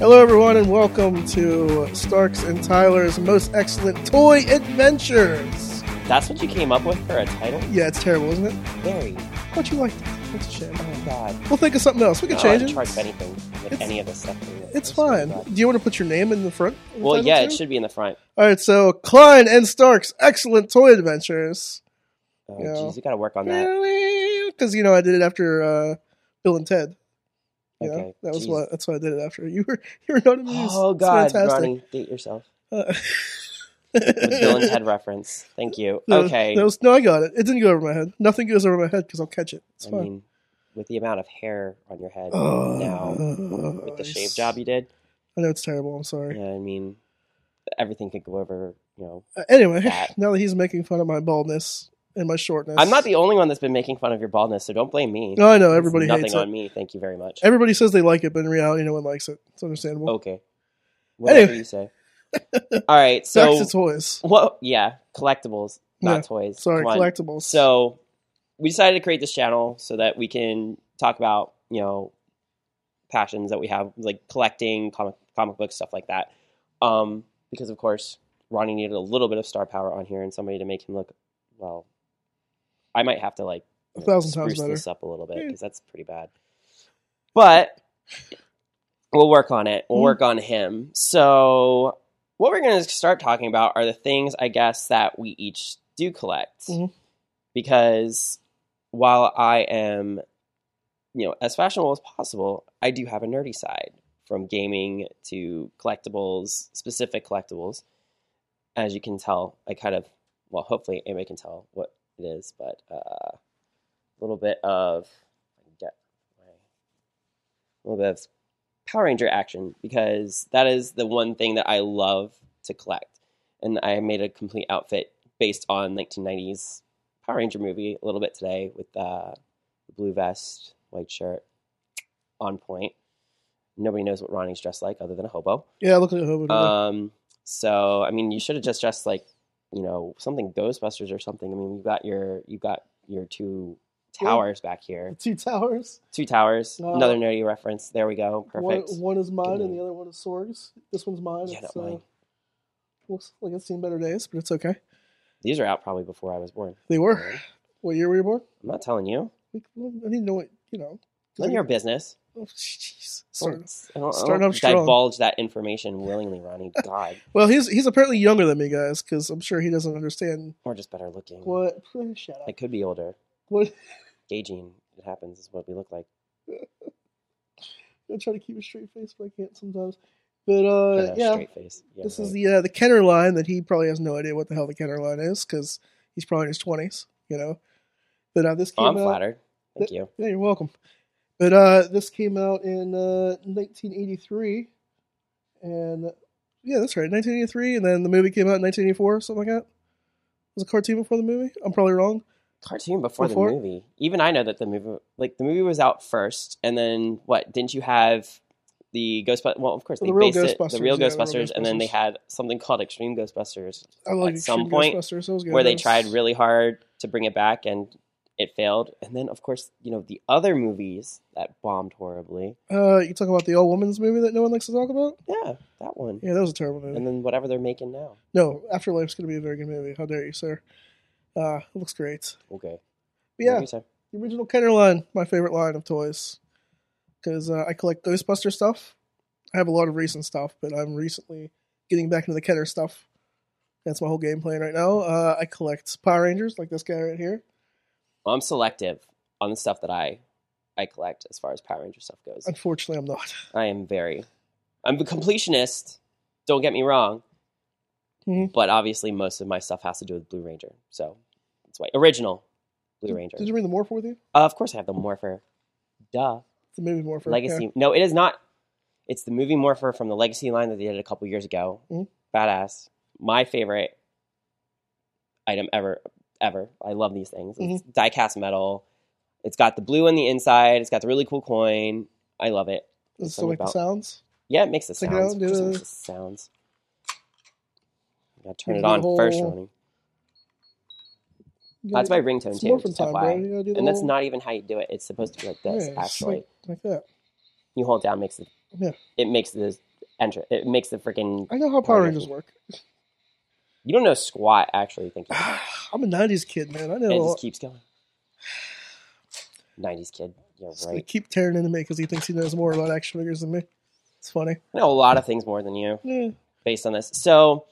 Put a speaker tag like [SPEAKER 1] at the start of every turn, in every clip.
[SPEAKER 1] Hello, everyone, and welcome to Starks and Tyler's most excellent toy adventures.
[SPEAKER 2] That's what you came up with for a title?
[SPEAKER 1] Yeah, it's terrible, isn't it?
[SPEAKER 2] Very.
[SPEAKER 1] But you like that. That's a shame.
[SPEAKER 2] Oh God. Oh,
[SPEAKER 1] We'll think of something else. We can
[SPEAKER 2] No, I
[SPEAKER 1] change
[SPEAKER 2] haven't
[SPEAKER 1] it.
[SPEAKER 2] charged anything with
[SPEAKER 1] It's-
[SPEAKER 2] any of this stuff. It's,
[SPEAKER 1] It's fine. Do you want to put your name in the front? of the
[SPEAKER 2] Well,
[SPEAKER 1] title,
[SPEAKER 2] yeah,
[SPEAKER 1] too?
[SPEAKER 2] it should be in the front.
[SPEAKER 1] All right, so Klein and Stark's excellent toy adventures.
[SPEAKER 2] Oh,
[SPEAKER 1] Yeah.
[SPEAKER 2] jeez, you got to work on that.
[SPEAKER 1] Because you know I did it after uh, Bill and Ted. Yeah,
[SPEAKER 2] Okay,
[SPEAKER 1] that was
[SPEAKER 2] jeez.
[SPEAKER 1] what. That's what I did it after. You were you were not amused.
[SPEAKER 2] Oh
[SPEAKER 1] It's
[SPEAKER 2] God,
[SPEAKER 1] fantastic.
[SPEAKER 2] Ronnie, date yourself.
[SPEAKER 1] Uh,
[SPEAKER 2] The Bill and Ted reference. Thank you.
[SPEAKER 1] No,
[SPEAKER 2] Okay.
[SPEAKER 1] that was- no, I got it. It didn't go over my head. Nothing goes over my head because I'll catch it. It's
[SPEAKER 2] I
[SPEAKER 1] fine.
[SPEAKER 2] mean, with the amount of hair on your head
[SPEAKER 1] Oh,
[SPEAKER 2] now, with the shave job you did,
[SPEAKER 1] I know it's terrible. I'm sorry.
[SPEAKER 2] yeah, I mean, everything could go over. You know,
[SPEAKER 1] Uh, anyway,
[SPEAKER 2] That.
[SPEAKER 1] now that he's making fun of my baldness and my shortness,
[SPEAKER 2] I'm not the only one that's been making fun of your baldness, so don't blame me.
[SPEAKER 1] No, I know
[SPEAKER 2] It's
[SPEAKER 1] everybody
[SPEAKER 2] nothing
[SPEAKER 1] hates it.
[SPEAKER 2] on me. Thank you very much.
[SPEAKER 1] Everybody says they like it, but in reality, no one likes it. It's understandable.
[SPEAKER 2] Okay. Whatever
[SPEAKER 1] Anyway.
[SPEAKER 2] you say. All right.
[SPEAKER 1] Back
[SPEAKER 2] So
[SPEAKER 1] to toys.
[SPEAKER 2] what? Yeah, collectibles, not
[SPEAKER 1] Yeah,
[SPEAKER 2] toys.
[SPEAKER 1] Sorry,
[SPEAKER 2] Come on.
[SPEAKER 1] collectibles.
[SPEAKER 2] So we decided to create this channel so that we can talk about you know passions that we have, like collecting comic comic books, stuff like that. Um, because of course, Ronnie needed a little bit of star power on here and somebody to make him look well. I might have to like
[SPEAKER 1] a thousand times
[SPEAKER 2] spruce
[SPEAKER 1] better.
[SPEAKER 2] this up a little bit
[SPEAKER 1] Yeah.
[SPEAKER 2] because that's pretty bad. But we'll work on it. We'll
[SPEAKER 1] Mhm.
[SPEAKER 2] work on him. So what we're going to start talking about are the things I guess that we each do collect
[SPEAKER 1] Mhm.
[SPEAKER 2] because while I am you know as fashionable as possible, I do have a nerdy side from gaming to collectibles, specific collectibles. As you can tell, I kind of well, hopefully anybody can tell what it is, but uh, a little bit of I can get my a little bit of Power Ranger action because that is the one thing that I love to collect, and I made a complete outfit based on 1990s Power Ranger movie a little bit today with uh, the blue vest, white shirt, on point. Nobody knows what Ronnie's dressed like other than a hobo.
[SPEAKER 1] Yeah, look at Hobo.
[SPEAKER 2] Um, so I mean, you should have just dressed like you know something Ghostbusters or something. I mean, you got your you got your two
[SPEAKER 1] Yeah.
[SPEAKER 2] towers back here,
[SPEAKER 1] two towers.
[SPEAKER 2] two towers.
[SPEAKER 1] No.
[SPEAKER 2] Another nerdy reference. There we go.
[SPEAKER 1] One,
[SPEAKER 2] Perfect.
[SPEAKER 1] one is mine,
[SPEAKER 2] Good
[SPEAKER 1] and
[SPEAKER 2] name.
[SPEAKER 1] the other one is Sorg's. This one's mine.
[SPEAKER 2] Yeah,
[SPEAKER 1] it's,
[SPEAKER 2] not
[SPEAKER 1] uh,
[SPEAKER 2] mine.
[SPEAKER 1] looks like it's seen better days, but it's okay.
[SPEAKER 2] These are out probably before I was born.
[SPEAKER 1] They were.
[SPEAKER 2] I'm
[SPEAKER 1] What year were you born?
[SPEAKER 2] not telling you.
[SPEAKER 1] We- I need to know what you know.
[SPEAKER 2] None of your business.
[SPEAKER 1] Oh, jeez.
[SPEAKER 2] Don't-
[SPEAKER 1] Sorry.
[SPEAKER 2] I don't, I
[SPEAKER 1] starting
[SPEAKER 2] don't
[SPEAKER 1] off strong.
[SPEAKER 2] divulge that information willingly, Ronnie. God,
[SPEAKER 1] Well, he's he's apparently younger than me, guys, because I'm sure he doesn't understand
[SPEAKER 2] or just better looking.
[SPEAKER 1] what. Shut up.
[SPEAKER 2] I could be older.
[SPEAKER 1] What?
[SPEAKER 2] Gauging it happens is what we look like.
[SPEAKER 1] I try to keep a straight face, but I can't sometimes. But uh,
[SPEAKER 2] Kinda
[SPEAKER 1] yeah,
[SPEAKER 2] straight face. Yeah,
[SPEAKER 1] this
[SPEAKER 2] right.
[SPEAKER 1] is the uh, the Kenner line that he probably has no idea what the hell the Kenner line is because he's probably in his twenties, you know. But uh, this came
[SPEAKER 2] Oh, I'm
[SPEAKER 1] out.
[SPEAKER 2] flattered. Thank you.
[SPEAKER 1] Yeah, you're welcome. But uh, this came out in uh, 1983, and yeah, that's right, 1983, and then the movie came out in 1984, something like that. Was a cartoon before the movie? I'm probably wrong.
[SPEAKER 2] cartoon before,
[SPEAKER 1] Before?
[SPEAKER 2] the movie. Even I know that the movie, like the movie, was out first, and then what? Didn't you have the Ghostbusters? Well, of course,
[SPEAKER 1] The
[SPEAKER 2] they
[SPEAKER 1] real
[SPEAKER 2] based it the
[SPEAKER 1] Ghostbusters,
[SPEAKER 2] real
[SPEAKER 1] yeah, the real
[SPEAKER 2] Ghostbusters, and then they
[SPEAKER 1] Ghostbusters.
[SPEAKER 2] had something called Extreme Ghostbusters,
[SPEAKER 1] I like
[SPEAKER 2] At some
[SPEAKER 1] Extreme
[SPEAKER 2] point,
[SPEAKER 1] Ghostbusters, that was good.
[SPEAKER 2] where
[SPEAKER 1] That
[SPEAKER 2] they
[SPEAKER 1] was-
[SPEAKER 2] tried really hard to bring it back, and it failed. And then, of course, you know the other movies that bombed horribly.
[SPEAKER 1] Uh, you talk about the old woman's movie that no one likes to talk about?
[SPEAKER 2] Yeah, that one.
[SPEAKER 1] Yeah, that was a terrible movie.
[SPEAKER 2] And then whatever they're making now.
[SPEAKER 1] No, Afterlife's going to be a very good movie. How dare you, sir? Uh, it looks great.
[SPEAKER 2] Okay.
[SPEAKER 1] But yeah,
[SPEAKER 2] Movie time.
[SPEAKER 1] the original Kenner line, my favorite line of toys, because uh, I collect Ghostbuster stuff. I have a lot of recent stuff, but I'm recently getting back into the Kenner stuff. That's my whole game plan right now. Uh, I collect Power Rangers, like this guy right here.
[SPEAKER 2] Well, I'm selective on the stuff that I I collect as far as Power Ranger stuff goes.
[SPEAKER 1] Unfortunately, I'm not.
[SPEAKER 2] I am very. I'm a completionist. Don't get me wrong.
[SPEAKER 1] Mhm.
[SPEAKER 2] But obviously, most of my stuff has to do with Blue Ranger, so that's why original Blue Ranger.
[SPEAKER 1] Did you bring the Morph with you?
[SPEAKER 2] Uh, of course, I have the Morpher. Duh.
[SPEAKER 1] It's The movie Morpher.
[SPEAKER 2] Legacy. No, it is not. It's the movie Morpher from the Legacy line that they did a couple years ago.
[SPEAKER 1] Mhm.
[SPEAKER 2] Badass. My favorite item ever, ever. I love these things. It's die-cast metal. It's got the blue on the inside. It's got the really cool coin. I love it.
[SPEAKER 1] Yeah. Still like the
[SPEAKER 2] about-
[SPEAKER 1] sounds.
[SPEAKER 2] Yeah, it makes the
[SPEAKER 1] Take it
[SPEAKER 2] sounds.
[SPEAKER 1] out,
[SPEAKER 2] Of
[SPEAKER 1] do
[SPEAKER 2] course it
[SPEAKER 1] the-
[SPEAKER 2] makes the sounds. I gotta turn
[SPEAKER 1] Do
[SPEAKER 2] it
[SPEAKER 1] the
[SPEAKER 2] on first,
[SPEAKER 1] whole-
[SPEAKER 2] Ronnie. That's my ringtone
[SPEAKER 1] It's
[SPEAKER 2] too.
[SPEAKER 1] Morphin'
[SPEAKER 2] just
[SPEAKER 1] time, bro.
[SPEAKER 2] FYI.
[SPEAKER 1] You gotta do the
[SPEAKER 2] And that's
[SPEAKER 1] whole-
[SPEAKER 2] not even how you do it. It's supposed to be like
[SPEAKER 1] Yeah,
[SPEAKER 2] this.
[SPEAKER 1] it's
[SPEAKER 2] actually,
[SPEAKER 1] like, like that.
[SPEAKER 2] you hold down makes it.
[SPEAKER 1] Yeah.
[SPEAKER 2] It makes the entrance. It makes the freaking.
[SPEAKER 1] I know how Power Rangers work.
[SPEAKER 2] You don't know squat actually. Thinking
[SPEAKER 1] I'm a '90s kid, man. I know.
[SPEAKER 2] and it
[SPEAKER 1] all-
[SPEAKER 2] just keeps going. Nineties kid, you're
[SPEAKER 1] so They
[SPEAKER 2] right.
[SPEAKER 1] keep tearing into me because he thinks he knows more about action figures than me. It's funny.
[SPEAKER 2] I know a lot of things more than you.
[SPEAKER 1] Yeah.
[SPEAKER 2] based on this. So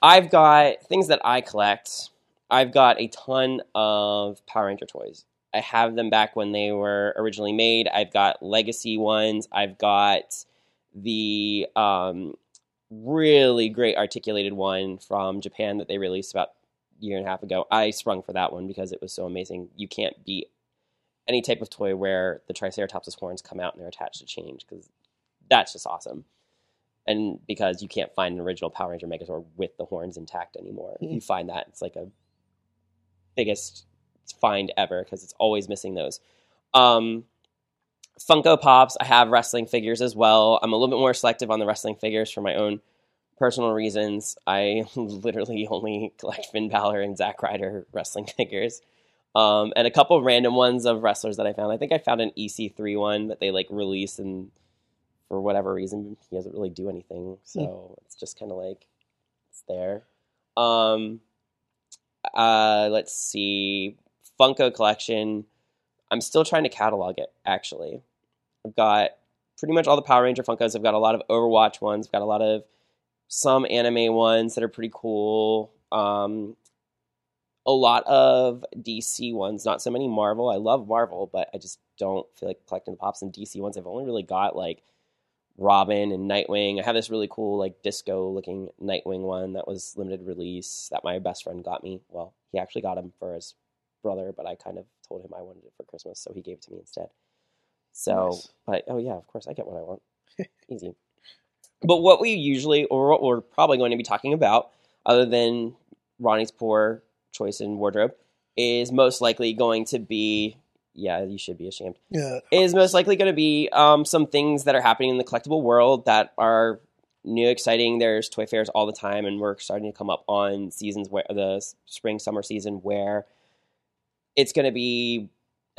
[SPEAKER 2] I've got things that I collect. I've got a ton of Power Ranger toys. I have them back when they were originally made. I've got legacy ones. I've got the um, really great articulated one from Japan that they released about a year and a half ago. I sprung for that one because it was so amazing. You can't beat any type of toy where the Triceratops' horns come out and they're attached to change because that's just awesome and because you can't find an original Power Ranger Megazord with the horns intact anymore. If you find that, it's like a biggest find ever because it's always missing those. Um, Funko Pops, I have wrestling figures as well. I'm a little bit more selective on the wrestling figures for my own personal reasons. I literally only collect Finn Balor and Zack Ryder wrestling figures. Um, and a couple random ones of wrestlers that I found. I think I found an EC3 one that they like released and for whatever reason he doesn't really do anything. So it's just kind of like it's there. Um, uh, let's see, Funko collection. I'm still trying to catalog it. Actually, I've got pretty much all the Power Ranger Funkos. I've got a lot of Overwatch ones. I've got a lot of some anime ones that are pretty cool. Um, a lot of DC ones, not so many Marvel. I love Marvel, but I just don't feel like collecting the pops and DC ones. I've only really got like Robin and Nightwing. I have this really cool like disco looking Nightwing one that was limited release that my best friend got me. Well, he actually got him for his brother, but I kind of told him I wanted it for Christmas, so he gave it to me instead. So,
[SPEAKER 1] Nice.
[SPEAKER 2] but oh yeah, of course I get what I want. Easy. But what we usually or what we're probably going to be talking about other than Ronnie's poor choice in wardrobe is most likely going to be yeah, you should be ashamed
[SPEAKER 1] Yeah.
[SPEAKER 2] is most likely going to be um, some things that are happening in the collectible world that are new, exciting. There's toy fairs all the time, and we're starting to come up on seasons where the s- spring, summer season where it's going to be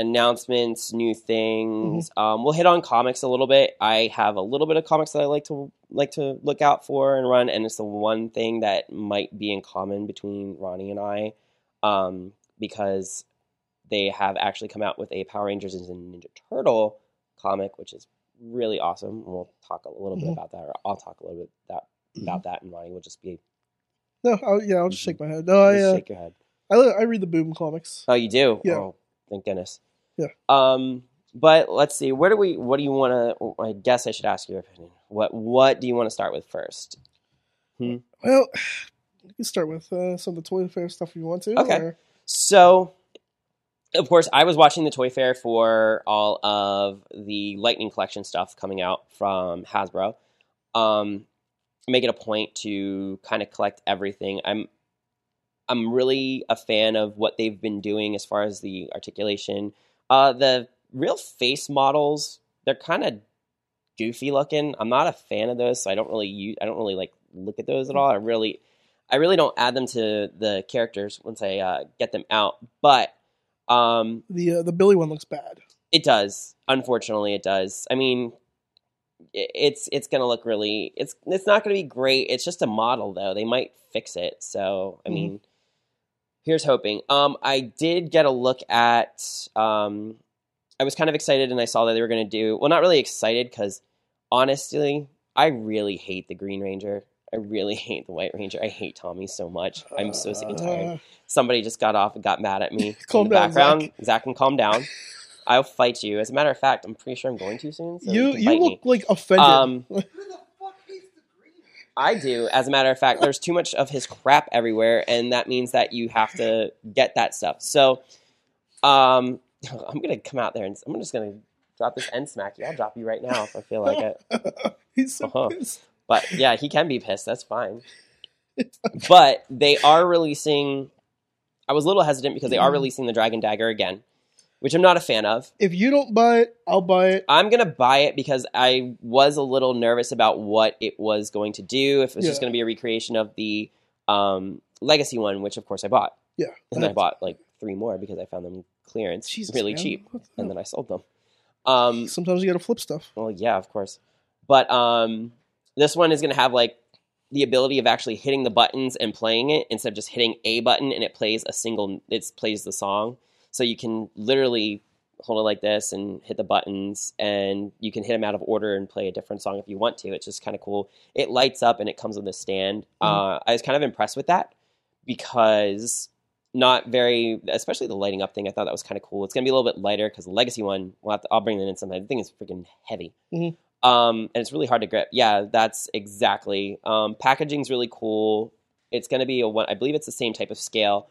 [SPEAKER 2] announcements, new things. Um, we'll hit on comics a little bit. I have a little bit of comics that I like to like to look out for and run, and it's the one thing that might be in common between Ronnie and I, um, because they have actually come out with a Power Rangers and Ninja Turtle comic, which is really awesome. And we'll talk a little bit
[SPEAKER 1] Mhm.
[SPEAKER 2] about that, or I'll talk a little bit that,
[SPEAKER 1] Mm-hmm.
[SPEAKER 2] about that, and Ronnie will just be
[SPEAKER 1] No, I'll, yeah, I'll just
[SPEAKER 2] Mhm.
[SPEAKER 1] shake my head. No, I,
[SPEAKER 2] just
[SPEAKER 1] uh,
[SPEAKER 2] shake your head.
[SPEAKER 1] I, li- I read the Boom comics.
[SPEAKER 2] Oh, you do?
[SPEAKER 1] Yeah.
[SPEAKER 2] Oh, thank goodness.
[SPEAKER 1] Yeah.
[SPEAKER 2] Um, but let's see. Where do we? What do you want to? I guess I should ask your opinion. What What do you want to start with first?
[SPEAKER 1] Well, you can start with uh, some of the Toy Fair stuff if you want to.
[SPEAKER 2] Okay.
[SPEAKER 1] or-
[SPEAKER 2] So, of course, I was watching the Toy Fair for all of the Lightning Collection stuff coming out from Hasbro. Um, make it a point to kind of collect everything. I'm I'm really a fan of what they've been doing as far as the articulation. Uh, the real face models, they're kind of goofy looking. I'm not a fan of those, so I don't really use, I don't really like look at those at all. I really I really don't add them to the characters once I uh, get them out, but um,
[SPEAKER 1] the uh, the Billy one looks bad.
[SPEAKER 2] it does. Unfortunately, it does. I mean, i- it's it's gonna look really. It's it's not gonna be great. It's just a model though. They might fix it. So I
[SPEAKER 1] Mhm.
[SPEAKER 2] mean, here's hoping. Um, I did get a look at. Um, I was kind of excited, and I saw that they were gonna do. Well, not really excited because honestly, I really hate the Green Ranger. I really hate the White Ranger. I hate Tommy so much. I'm so sick and tired
[SPEAKER 1] Uh,
[SPEAKER 2] somebody just got off and got mad at me
[SPEAKER 1] Calm
[SPEAKER 2] in the
[SPEAKER 1] down,
[SPEAKER 2] background.
[SPEAKER 1] Zach.
[SPEAKER 2] Zach. can calm down. I'll fight you. As a matter of fact, I'm pretty sure I'm going to soon. So you,
[SPEAKER 1] you
[SPEAKER 2] can
[SPEAKER 1] you
[SPEAKER 2] fight
[SPEAKER 1] look
[SPEAKER 2] me.
[SPEAKER 1] like offended.
[SPEAKER 2] Um,
[SPEAKER 3] Who the fuck hates the green?
[SPEAKER 2] I do. As a matter of fact, there's too much of his crap everywhere, and that means that you have to get that stuff. So, um, I'm gonna come out there and I'm just gonna drop this end smack you. I'll drop you right now if I feel like it.
[SPEAKER 1] He's so
[SPEAKER 2] Uh-huh.
[SPEAKER 1] pissed.
[SPEAKER 2] But yeah, he can be pissed. That's fine. but they are releasing. I was a little hesitant because they are
[SPEAKER 1] Mhm.
[SPEAKER 2] releasing the Dragon Dagger again, which I'm not a fan of.
[SPEAKER 1] If you don't buy it, I'll buy it.
[SPEAKER 2] I'm gonna buy it because I was a little nervous about what it was going to do. If it was just
[SPEAKER 1] Yeah.
[SPEAKER 2] gonna be a recreation of the um, legacy one, which of course I bought,
[SPEAKER 1] Yeah.
[SPEAKER 2] and I bought like three more because I found them clearance
[SPEAKER 1] Jesus,
[SPEAKER 2] really
[SPEAKER 1] man.
[SPEAKER 2] cheap,
[SPEAKER 1] What the-
[SPEAKER 2] and then I sold them. Um,
[SPEAKER 1] Sometimes you gotta flip stuff.
[SPEAKER 2] well, yeah, of course. But um, This one is going to have like the ability of actually hitting the buttons and playing it instead of just hitting a button and it plays a single. It plays the song, so you can literally hold it like this and hit the buttons, and you can hit them out of order and play a different song if you want to. It's just kind of cool. It lights up and it comes with a stand. Uh, I was kind of impressed with that because not very, especially the lighting up thing. I thought that was kind of cool. It's gonna be a little bit lighter because the legacy one. We'll have to, I'll bring that in sometime. The thing is freaking heavy,
[SPEAKER 1] Mhm.
[SPEAKER 2] um, and it's really hard to grip. Yeah, that's exactly. Um, packaging's really cool. It's gonna be a one. I believe it's the same type of scale.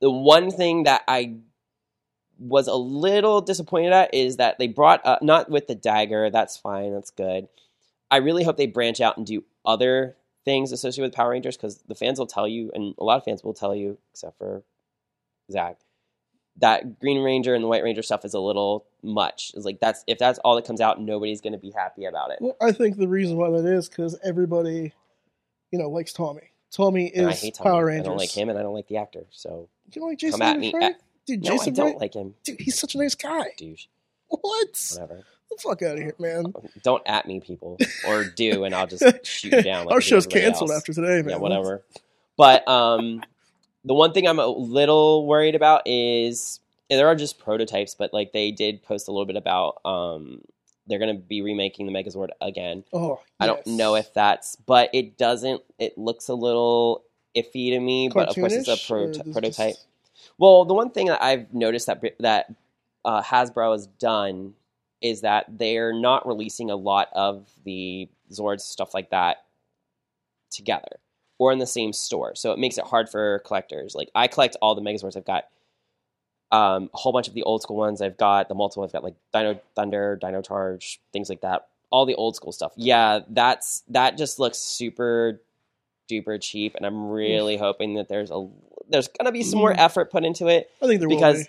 [SPEAKER 2] The one thing that I was a little disappointed at is that they brought up not with the dagger. That's fine. That's good. I really hope they branch out and do other things associated with Power Rangers because the fans will tell you, and a lot of fans will tell you, except for Zach, that Green Ranger and the White Ranger stuff is a little much. It's like that's if that's all that comes out, nobody's going to be happy about it.
[SPEAKER 1] Well, I think the reason why that is because everybody, you know, likes Tommy. Tommy
[SPEAKER 2] And I
[SPEAKER 1] is
[SPEAKER 2] hate Tommy.
[SPEAKER 1] Power Rangers.
[SPEAKER 2] I don't like him, and I don't like the actor. So
[SPEAKER 1] You don't like Jason
[SPEAKER 2] at
[SPEAKER 1] David
[SPEAKER 2] me.
[SPEAKER 1] Frank? Dude,
[SPEAKER 2] no,
[SPEAKER 1] Jason
[SPEAKER 2] I don't
[SPEAKER 1] Frank-
[SPEAKER 2] like him.
[SPEAKER 1] Dude, he's such a nice guy.
[SPEAKER 2] Douche,
[SPEAKER 1] What?
[SPEAKER 2] whatever.
[SPEAKER 1] The fuck out of here, man.
[SPEAKER 2] Don't at me, people, or do, and I'll just shoot you down. Like I
[SPEAKER 1] Our
[SPEAKER 2] do
[SPEAKER 1] show's
[SPEAKER 2] everybody
[SPEAKER 1] canceled
[SPEAKER 2] else.
[SPEAKER 1] after today, man.
[SPEAKER 2] Yeah, whatever. But um, the one thing I'm a little worried about is and there are just prototypes, but like they did post a little bit about um, they're going to be remaking the Megazord again.
[SPEAKER 1] Oh,
[SPEAKER 2] I don't
[SPEAKER 1] yes.
[SPEAKER 2] know if that's, but it doesn't. It looks a little iffy to me, but of course it's a
[SPEAKER 1] Cartoonish, or
[SPEAKER 2] pro-
[SPEAKER 1] does it
[SPEAKER 2] prototype.
[SPEAKER 1] just-
[SPEAKER 2] Well, the one thing that I've noticed that that uh, Hasbro has done is that they're not releasing a lot of the Zords stuff like that together or in the same store, so it makes it hard for collectors. Like I collect all the Megazords. I've got um, a whole bunch of the old school ones. I've got the multiple. I've got like Dino Thunder, Dino Charge, things like that. All the old school stuff. Yeah, that's that just looks super duper cheap, and I'm really hoping that there's a there's gonna be some more
[SPEAKER 1] Mm.
[SPEAKER 2] effort put into it
[SPEAKER 1] I think there
[SPEAKER 2] because
[SPEAKER 1] will be.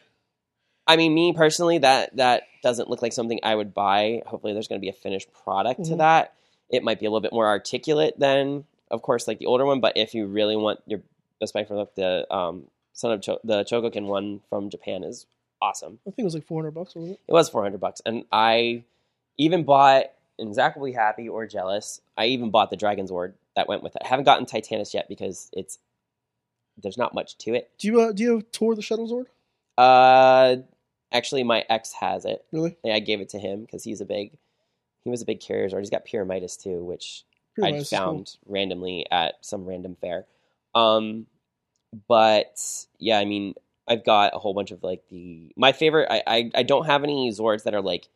[SPEAKER 2] I mean, me personally, that that doesn't look like something I would buy. Hopefully, there's going to be a finished product to
[SPEAKER 1] Mhm.
[SPEAKER 2] that. It might be a little bit more articulate than, of course, like the older one. But if you really want your Best Buy from like, the um, son of Cho- the Chogokin one from Japan is awesome.
[SPEAKER 1] I think it was like 400 bucks, wasn't it?
[SPEAKER 2] It was 400 bucks, and I even bought, and Zach will be happy or jealous. I even bought the Dragon's Ward that went with it. I haven't gotten Titanus yet because it's there's not much to it.
[SPEAKER 1] Do you uh, do you have tour of the Shadow Zord?
[SPEAKER 2] Uh, actually, my ex has it.
[SPEAKER 1] Really?
[SPEAKER 2] and I gave it to him because he's a big he was a big carrier or he's got pyramidas too, which
[SPEAKER 1] Pretty
[SPEAKER 2] I
[SPEAKER 1] nice, it's cool.
[SPEAKER 2] found randomly at some random fair. Um, but yeah, I mean, I've got a whole bunch of like the my favorite. I I, I don't have any Zords that are like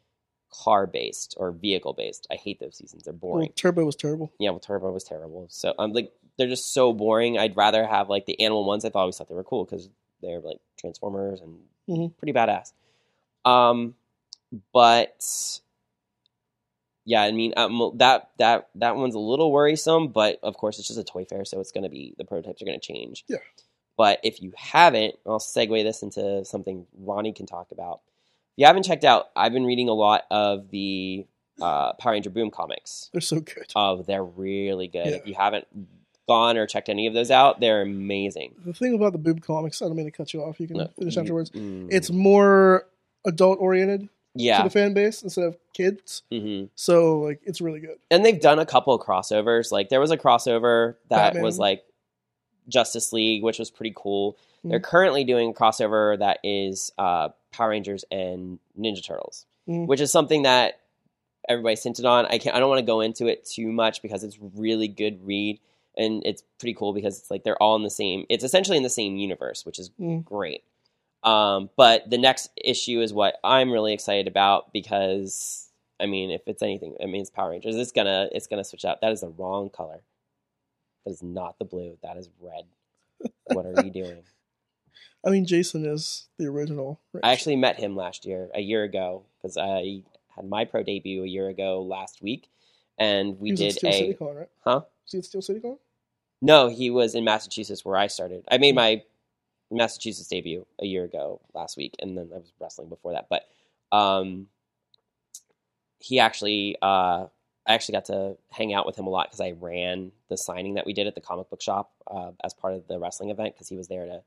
[SPEAKER 2] car based or vehicle based. I hate those seasons. They're
[SPEAKER 1] Well,
[SPEAKER 2] boring.
[SPEAKER 1] Turbo was terrible.
[SPEAKER 2] Yeah, well, Turbo was terrible. So I'm like, they're just so boring. I'd rather have like the animal ones. I thought always thought they were cool because they're like Transformers and
[SPEAKER 1] Mhm.
[SPEAKER 2] pretty badass. Um, but yeah, I mean um, that that that one's a little worrisome. But of course, it's just a toy fair, so it's gonna be the prototypes are gonna change.
[SPEAKER 1] Yeah.
[SPEAKER 2] But if you haven't, I'll segue this into something Ronnie can talk about. If you haven't checked out, I've been reading a lot of the uh, Power Ranger Boom comics.
[SPEAKER 1] They're so good.
[SPEAKER 2] Oh, they're really good.
[SPEAKER 1] Yeah.
[SPEAKER 2] If you haven't gone or checked any of those out, they're amazing.
[SPEAKER 1] The thing about the boob comics, I don't mean to cut you off. You can
[SPEAKER 2] No,
[SPEAKER 1] finish
[SPEAKER 2] mm,
[SPEAKER 1] afterwards.
[SPEAKER 2] mm,
[SPEAKER 1] It's more adult oriented to
[SPEAKER 2] yeah,
[SPEAKER 1] the fan base instead of kids.
[SPEAKER 2] hmm
[SPEAKER 1] So like, it's really good.
[SPEAKER 2] and they've done a couple of crossovers. Like there was a crossover that
[SPEAKER 1] Batman.
[SPEAKER 2] was like Justice League, which was pretty cool. They're currently doing a crossover that is uh, Power Rangers and Ninja Turtles,
[SPEAKER 1] Mm.
[SPEAKER 2] which is something that everybody's hinted on. I can't. I don't want to go into it too much because it's really good read and it's pretty cool because it's like they're all in the same. It's essentially in the same universe, which is
[SPEAKER 1] Mm.
[SPEAKER 2] great. Um, but the next issue is what I'm really excited about because I mean, if it's anything, I mean, it's Power Rangers. It's gonna it's gonna switch out. That is the wrong color. That is not the blue. That is red. What are you doing?
[SPEAKER 1] I mean, Jason is the original. Right?
[SPEAKER 2] I actually met him last year, a year ago, because I had my pro debut a year ago last week, and we
[SPEAKER 1] he was at
[SPEAKER 2] did
[SPEAKER 1] Steel
[SPEAKER 2] a
[SPEAKER 1] City Con, right?
[SPEAKER 2] huh?
[SPEAKER 1] Was he at Steel City Con?
[SPEAKER 2] No, he was in Massachusetts where I started. I
[SPEAKER 1] Hmm.
[SPEAKER 2] made my Massachusetts debut a year ago last week, and then I was wrestling before that. But um, he actually, uh, I actually got to hang out with him a lot because I ran the signing that we did at the comic book shop uh, as part of the wrestling event because he was there to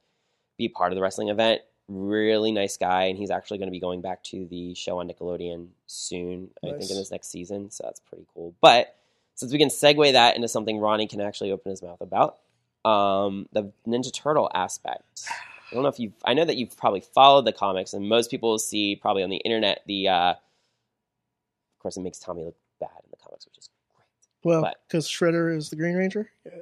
[SPEAKER 2] be part of the wrestling event. Really nice guy, and he's actually going to be going back to the show on Nickelodeon soon. I think
[SPEAKER 1] Nice.
[SPEAKER 2] in his next season, so that's pretty cool. But since we can segue that into something Ronnie can actually open his mouth about, um, the Ninja Turtle aspect. I don't know if you. I know that you've probably followed the comics, and most people see probably on the internet the. Uh, of course, it makes Tommy look bad in the comics, which is great.
[SPEAKER 1] Well,
[SPEAKER 2] But-
[SPEAKER 1] because Shredder is the Green Ranger. Yeah.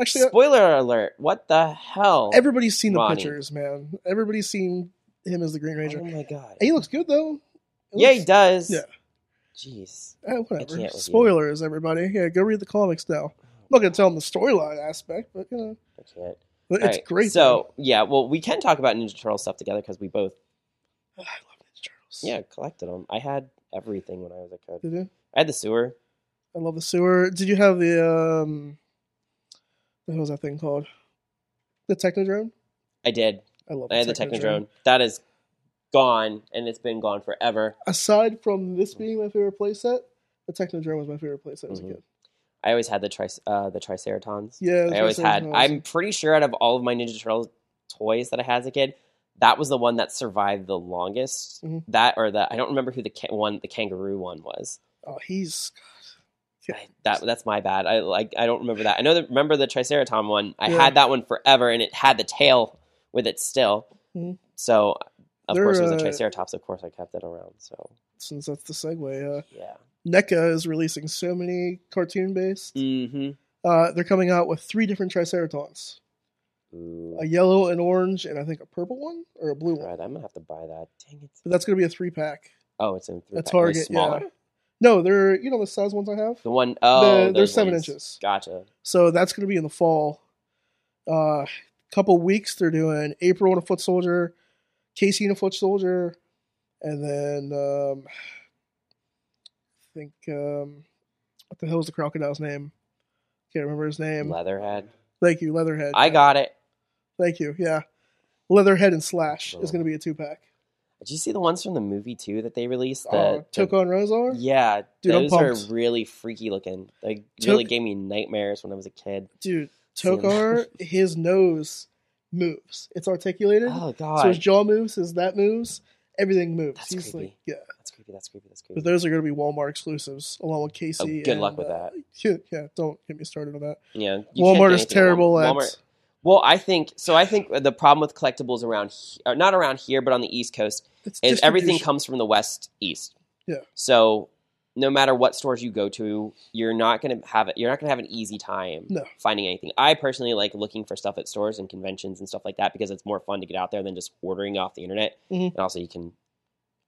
[SPEAKER 1] Actually, uh,
[SPEAKER 2] Spoiler alert! What the hell?
[SPEAKER 1] everybody's seen the
[SPEAKER 2] Ronnie.
[SPEAKER 1] pictures, man. Everybody's seen him as the Green Ranger.
[SPEAKER 2] Oh my god!
[SPEAKER 1] He looks good though. It
[SPEAKER 2] yeah, he
[SPEAKER 1] looks-
[SPEAKER 2] does.
[SPEAKER 1] Yeah.
[SPEAKER 2] Jeez.
[SPEAKER 1] eh,
[SPEAKER 2] can't
[SPEAKER 1] whatever.
[SPEAKER 2] with you.
[SPEAKER 1] Spoilers, everybody. Yeah, go read the comics now. I'm not gonna tell them the storyline aspect, but you know,
[SPEAKER 2] Oh, I can't.
[SPEAKER 1] but
[SPEAKER 2] All
[SPEAKER 1] it's
[SPEAKER 2] right,
[SPEAKER 1] great.
[SPEAKER 2] So yeah, well, we can talk about Ninja Turtle stuff together because we both
[SPEAKER 1] though. Ah, I love Ninja Turtles.
[SPEAKER 2] yeah collected them. I had everything when I was a kid.
[SPEAKER 1] Did you?
[SPEAKER 2] I had the sewer.
[SPEAKER 1] I love the sewer. Did you have the um? What was that thing called? The Technodrome.
[SPEAKER 2] I did.
[SPEAKER 1] I love.
[SPEAKER 2] I had the Technodrome. That is gone, and it's been gone forever.
[SPEAKER 1] Aside from this being my favorite playset, the Technodrome was my favorite playset as a
[SPEAKER 2] Mhm.
[SPEAKER 1] kid.
[SPEAKER 2] I always had the tri- uh, the Triceratons.
[SPEAKER 1] Yeah, that's
[SPEAKER 2] I always
[SPEAKER 1] what was
[SPEAKER 2] had.
[SPEAKER 1] when I was-
[SPEAKER 2] I'm pretty sure out of all of my Ninja Turtle toys that I had as a kid, that was the one that survived the longest.
[SPEAKER 1] Mhm.
[SPEAKER 2] That or the I don't remember who the ca- one the kangaroo one was.
[SPEAKER 1] Oh, he's
[SPEAKER 2] I- that that's my bad. I like I don't remember that. I know that remember the Triceraton one. I
[SPEAKER 1] Yeah.
[SPEAKER 2] had that one forever, and it had the tail with it still.
[SPEAKER 1] Mhm.
[SPEAKER 2] So of
[SPEAKER 1] They're,
[SPEAKER 2] course it was a
[SPEAKER 1] uh,
[SPEAKER 2] Triceratops. Of course I kept it around. So
[SPEAKER 1] since that's the segue. Uh,
[SPEAKER 2] yeah.
[SPEAKER 1] NECA is releasing so many cartoon based.
[SPEAKER 2] Mm-hmm.
[SPEAKER 1] Uh, they're coming out with three different Triceratons:
[SPEAKER 2] Ooh,
[SPEAKER 1] a yellow, an orange, and I think a purple one or a blue one.
[SPEAKER 2] right. I'm gonna have to buy that. Dang it.
[SPEAKER 1] But that's going to be a three pack.
[SPEAKER 2] Oh, it's in three.
[SPEAKER 1] A
[SPEAKER 2] pack. Are they
[SPEAKER 1] Target,
[SPEAKER 2] smaller?
[SPEAKER 1] yeah. No, they're you know the size ones I have.
[SPEAKER 2] The one oh,
[SPEAKER 1] they're, they're
[SPEAKER 2] those
[SPEAKER 1] seven
[SPEAKER 2] ones.
[SPEAKER 1] inches.
[SPEAKER 2] Gotcha.
[SPEAKER 1] So that's going to be in the fall. A uh, couple weeks they're doing April and a foot soldier, Casey and a foot soldier, and then um, I think um, what the hell was the crocodile's name? Can't remember his name.
[SPEAKER 2] Leatherhead.
[SPEAKER 1] Thank you, Leatherhead.
[SPEAKER 2] I got it.
[SPEAKER 1] Thank you. Yeah, Leatherhead and Slash
[SPEAKER 2] Cool.
[SPEAKER 1] is going to be a two pack.
[SPEAKER 2] Did you see the ones from the movie too that they released? The,
[SPEAKER 1] Oh,
[SPEAKER 2] the-
[SPEAKER 1] Toko and Rosar.
[SPEAKER 2] yeah,
[SPEAKER 1] Dude, I'm
[SPEAKER 2] those are
[SPEAKER 1] pumped.
[SPEAKER 2] really freaky looking. They
[SPEAKER 1] Took-
[SPEAKER 2] really gave me nightmares when I was a kid.
[SPEAKER 1] Dude,
[SPEAKER 2] Seeing
[SPEAKER 1] Tokar, his nose moves. It's articulated.
[SPEAKER 2] Oh
[SPEAKER 1] so his
[SPEAKER 2] god,
[SPEAKER 1] jaw moves, his that moves, everything moves.
[SPEAKER 2] That's
[SPEAKER 1] He's
[SPEAKER 2] creepy.
[SPEAKER 1] like, yeah.
[SPEAKER 2] that's creepy. That's creepy. That's creepy.
[SPEAKER 1] But those are going to be Walmart exclusives, along with Casey.
[SPEAKER 2] Oh, good
[SPEAKER 1] and,
[SPEAKER 2] luck with
[SPEAKER 1] uh,
[SPEAKER 2] that.
[SPEAKER 1] yeah, yeah, don't get me started on that.
[SPEAKER 2] Yeah, you can't
[SPEAKER 1] Walmart
[SPEAKER 2] do
[SPEAKER 1] is
[SPEAKER 2] anything at
[SPEAKER 1] terrible
[SPEAKER 2] Wal-
[SPEAKER 1] at.
[SPEAKER 2] Walmart. Well, I think so. I think the problem with collectibles around, he- or not around here, but on the East Coast,
[SPEAKER 1] It's
[SPEAKER 2] is everything
[SPEAKER 1] distribution.
[SPEAKER 2] comes from the west east.
[SPEAKER 1] Yeah.
[SPEAKER 2] So no matter what stores you go to, you're not gonna have it. You're not gonna have an easy time
[SPEAKER 1] No.
[SPEAKER 2] finding anything. I personally like looking for stuff at stores and conventions and stuff like that because it's more fun to get out there than just ordering off the internet.
[SPEAKER 1] Mhm.
[SPEAKER 2] And also, you can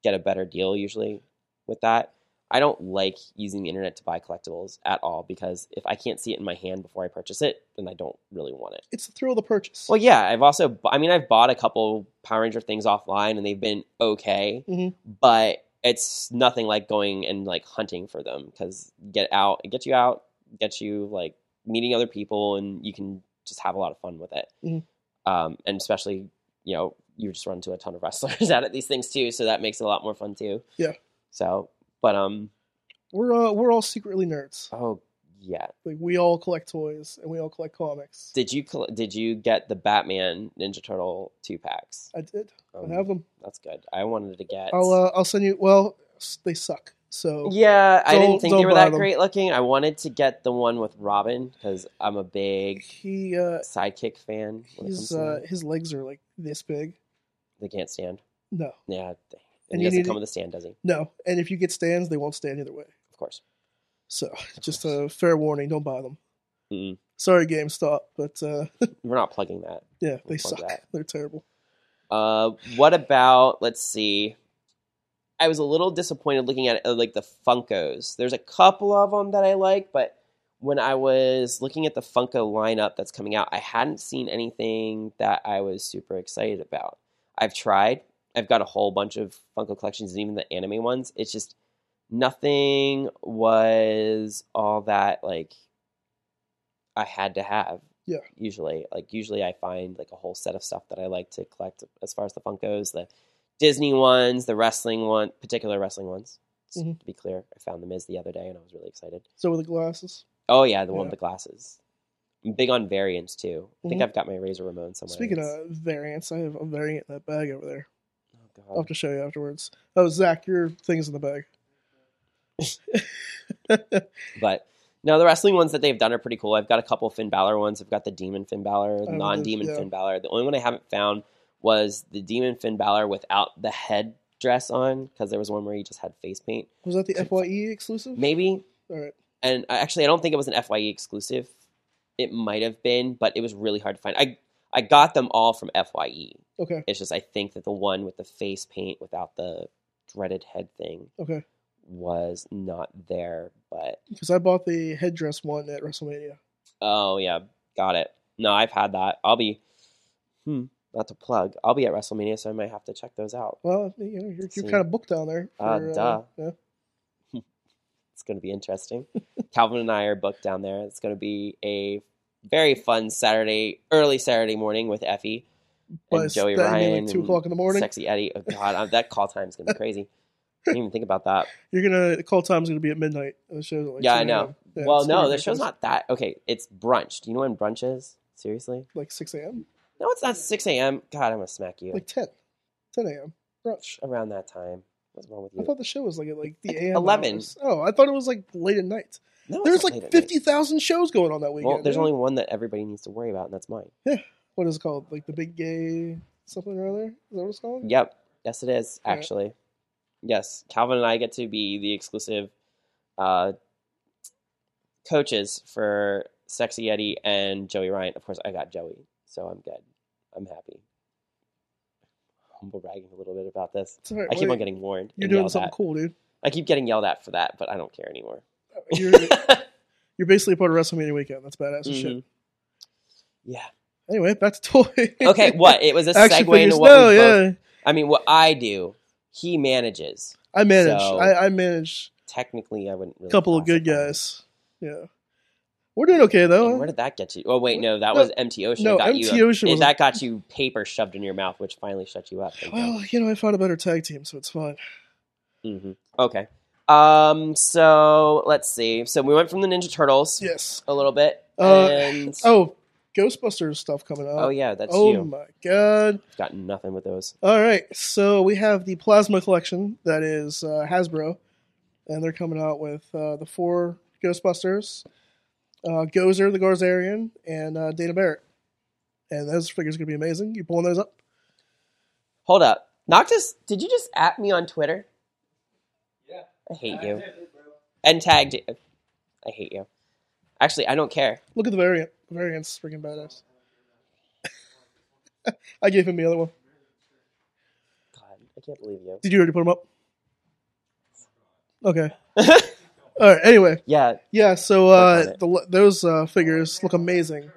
[SPEAKER 2] get a better deal usually with that. I don't like using the internet to buy collectibles at all because if I can't see it in my hand before I purchase it, then I don't really want it.
[SPEAKER 1] It's the thrill of the purchase.
[SPEAKER 2] Well, yeah, I've also, bu- I mean, I've bought a couple Power Ranger things offline and they've been okay,
[SPEAKER 1] Mhm.
[SPEAKER 2] but it's nothing like going and like hunting for them because get out, it gets you out, gets you like meeting other people, and you can just have a lot of fun with it.
[SPEAKER 1] Mhm.
[SPEAKER 2] Um, and especially, you know, you just run into a ton of wrestlers out at these things too, so that makes it a lot more fun too.
[SPEAKER 1] Yeah.
[SPEAKER 2] So, but um,
[SPEAKER 1] we're uh, we're all secretly nerds.
[SPEAKER 2] oh yeah,
[SPEAKER 1] Like we all collect toys and we all collect comics.
[SPEAKER 2] did you coll- did you get the Batman Ninja Turtle two packs?
[SPEAKER 1] I did.
[SPEAKER 2] Um,
[SPEAKER 1] I have them.
[SPEAKER 2] That's good. I wanted to get.
[SPEAKER 1] I'll uh, I'll send you. Well, s- they suck. So
[SPEAKER 2] yeah, I
[SPEAKER 1] Don't-
[SPEAKER 2] didn't think
[SPEAKER 1] don't
[SPEAKER 2] they were
[SPEAKER 1] buy
[SPEAKER 2] that
[SPEAKER 1] them.
[SPEAKER 2] great looking. I wanted to get the one with Robin because I'm a big
[SPEAKER 1] he uh,
[SPEAKER 2] sidekick fan. When it comes
[SPEAKER 1] his
[SPEAKER 2] to
[SPEAKER 1] uh,
[SPEAKER 2] that.
[SPEAKER 1] his legs are like this big.
[SPEAKER 2] They can't stand.
[SPEAKER 1] No,
[SPEAKER 2] Yeah, and,
[SPEAKER 1] And you
[SPEAKER 2] he doesn't
[SPEAKER 1] need
[SPEAKER 2] come
[SPEAKER 1] to-
[SPEAKER 2] with a stand, does he?
[SPEAKER 1] no. And if you get stands, they won't stand either way.
[SPEAKER 2] Of course.
[SPEAKER 1] So just a fair warning: don't buy them.
[SPEAKER 2] Mm-mm.
[SPEAKER 1] Sorry, GameStop, but uh,
[SPEAKER 2] We're not plugging that.
[SPEAKER 1] yeah, they
[SPEAKER 2] We'll plug
[SPEAKER 1] suck.
[SPEAKER 2] that.
[SPEAKER 1] They're terrible.
[SPEAKER 2] Uh, what about? Let's see. I was a little disappointed looking at uh, like the Funkos. There's a couple of them that I like, but when I was looking at the Funko lineup that's coming out, I hadn't seen anything that I was super excited about. I've tried. I've got a whole bunch of Funko collections and even the anime ones. It's just nothing was all that like I had to have.
[SPEAKER 1] Yeah.
[SPEAKER 2] Usually, like usually I find like a whole set of stuff that I like to collect as far as the Funkos, the Disney ones, the wrestling one, particular wrestling ones. Just
[SPEAKER 1] Mhm.
[SPEAKER 2] To be clear, I found the Miz the other day and I was really excited.
[SPEAKER 1] So with the glasses.
[SPEAKER 2] Oh yeah, the
[SPEAKER 1] Yeah.
[SPEAKER 2] one with the glasses. I'm big on variants too. I think
[SPEAKER 1] Mhm.
[SPEAKER 2] I've got my Razor Ramon somewhere.
[SPEAKER 1] Speaking
[SPEAKER 2] It's-
[SPEAKER 1] of variants, I have a variant in that bag over there.
[SPEAKER 2] oh,
[SPEAKER 1] I'll have
[SPEAKER 2] God.
[SPEAKER 1] to show you afterwards. Oh, Zach, your thing's in the bag.
[SPEAKER 2] but No, the wrestling ones that they've done are pretty cool. I've got a couple Finn Balor ones. I've got the Demon Finn Balor, the
[SPEAKER 1] I would-
[SPEAKER 2] non-Demon
[SPEAKER 1] yeah.
[SPEAKER 2] Finn Balor. The only one I haven't found was the Demon Finn Balor without the head dress on because there was one where he just had face paint.
[SPEAKER 1] Was that the FYE E exclusive?
[SPEAKER 2] Maybe
[SPEAKER 1] All right.
[SPEAKER 2] and I- actually, I don't think it was an Fye exclusive. It might have been, but it was really hard to find. I I got them all from Fye.
[SPEAKER 1] Okay.
[SPEAKER 2] It's just I think that the one with the face paint without the dreaded head thing
[SPEAKER 1] Okay.
[SPEAKER 2] was not there. But
[SPEAKER 1] Because I bought the headdress one at WrestleMania.
[SPEAKER 2] oh yeah, got it. No, I've had that. I'll be hmm, not to plug. I'll be at WrestleMania, so I might have to check those out.
[SPEAKER 1] Well, you know, you're, you're
[SPEAKER 2] See.
[SPEAKER 1] kind of booked down there. uh,
[SPEAKER 2] Ah, duh.
[SPEAKER 1] yeah.
[SPEAKER 2] It's going to be interesting. Calvin and I are booked down there. It's going to be a very fun Saturday, early Saturday morning with Effie
[SPEAKER 1] By
[SPEAKER 2] and Joey
[SPEAKER 1] that, you mean,
[SPEAKER 2] Ryan.
[SPEAKER 1] like two
[SPEAKER 2] and
[SPEAKER 1] o'clock in the morning.
[SPEAKER 2] Sexy Eddie. Oh, God, i that call time's going to be crazy. I didn't even think about that.
[SPEAKER 1] You're gonna the call time's gonna be at midnight. The show's at like
[SPEAKER 2] Yeah,
[SPEAKER 1] 2
[SPEAKER 2] I know.
[SPEAKER 1] a.m. Yeah,
[SPEAKER 2] well,
[SPEAKER 1] it's
[SPEAKER 2] no,
[SPEAKER 1] gonna
[SPEAKER 2] the
[SPEAKER 1] be
[SPEAKER 2] show's not that. Okay, it's brunch. Do you know when brunch is? Seriously?
[SPEAKER 1] like six a.m.
[SPEAKER 2] No, it's not 6 a.m. God, I'm going to smack you.
[SPEAKER 1] Like 10, 10 a.m. Brunch.
[SPEAKER 2] around that time. What's wrong with
[SPEAKER 1] I
[SPEAKER 2] you?
[SPEAKER 1] thought the show was like at like the a.m.
[SPEAKER 2] 11.
[SPEAKER 1] hours. Oh, I thought it was like late at night.
[SPEAKER 2] No, it's
[SPEAKER 1] There's
[SPEAKER 2] not late
[SPEAKER 1] like
[SPEAKER 2] at night.
[SPEAKER 1] fifty thousand shows going on that weekend.
[SPEAKER 2] Well, there's
[SPEAKER 1] yeah?
[SPEAKER 2] only one that everybody needs to worry about, and that's mine.
[SPEAKER 1] what is it called? Like the big gay something or other? Is that what it's called?
[SPEAKER 2] Yep. Yes, it is
[SPEAKER 1] Alright.
[SPEAKER 2] actually. Yes, Calvin and I get to be the exclusive uh, coaches for Sexy Eddie and Joey Ryan. Of course, I got Joey, so I'm good. I'm happy. Humble bragging a little bit about this.
[SPEAKER 1] It's all right,
[SPEAKER 2] I keep
[SPEAKER 1] wait.
[SPEAKER 2] on getting warned.
[SPEAKER 1] You're
[SPEAKER 2] and
[SPEAKER 1] doing
[SPEAKER 2] yelled
[SPEAKER 1] something
[SPEAKER 2] at.
[SPEAKER 1] cool, dude.
[SPEAKER 2] I keep getting yelled at for that, but I don't care anymore.
[SPEAKER 1] You're, you're basically a part of WrestleMania weekend. That's badass as shit.
[SPEAKER 2] Mhm. Yeah.
[SPEAKER 1] Anyway, back to toy.
[SPEAKER 2] Okay. What? It was a
[SPEAKER 1] Action
[SPEAKER 2] segue into
[SPEAKER 1] figures.
[SPEAKER 2] what
[SPEAKER 1] No,
[SPEAKER 2] we both-
[SPEAKER 1] yeah.
[SPEAKER 2] I mean, what I do. He manages.
[SPEAKER 1] I manage.
[SPEAKER 2] So-
[SPEAKER 1] I, I manage
[SPEAKER 2] Technically, I wouldn't.
[SPEAKER 1] a
[SPEAKER 2] Really
[SPEAKER 1] couple of good
[SPEAKER 2] classify him.
[SPEAKER 1] guys. Yeah, we're doing okay though.
[SPEAKER 2] And where did that get you? Oh wait, no, that
[SPEAKER 1] No,
[SPEAKER 2] was MT Ocean. that
[SPEAKER 1] no,
[SPEAKER 2] got
[SPEAKER 1] MT
[SPEAKER 2] you,
[SPEAKER 1] Ocean
[SPEAKER 2] eh,
[SPEAKER 1] was-
[SPEAKER 2] that got you paper shoved in your mouth, which finally shut you up.
[SPEAKER 1] Well, you know, I found a better tag team, so it's fine.
[SPEAKER 2] hmm Okay. Um. So let's see. So we went from the Ninja Turtles
[SPEAKER 1] Yes.
[SPEAKER 2] a little bit,
[SPEAKER 1] Uh,
[SPEAKER 2] and oh,
[SPEAKER 1] Oh, Ghostbusters stuff coming up.
[SPEAKER 2] yeah, that's
[SPEAKER 1] oh
[SPEAKER 2] you.
[SPEAKER 1] my god.
[SPEAKER 2] I've got nothing with those.
[SPEAKER 1] All right, so we have the Plasma Collection that is uh, Hasbro, and they're coming out with uh, the four Ghostbusters, uh, Gozer the Garzarian, and uh, Dana Barrett. And those figures are gonna be amazing. You pulling those up?
[SPEAKER 2] Hold up, Noctis. Did you just at me on Twitter?
[SPEAKER 3] Yeah.
[SPEAKER 2] I hate
[SPEAKER 3] I
[SPEAKER 2] you.
[SPEAKER 3] did it, bro.
[SPEAKER 2] And tagged. you. I hate you. Actually, I don't care.
[SPEAKER 1] Look at the variant. The variant's freaking badass. I gave him the other one.
[SPEAKER 2] God, I can't believe you.
[SPEAKER 1] Did you already put them up? Okay. All right. Anyway,
[SPEAKER 2] Yeah,
[SPEAKER 1] Yeah, so
[SPEAKER 2] Work on
[SPEAKER 1] uh,
[SPEAKER 2] it.
[SPEAKER 1] the, those uh, figures look amazing,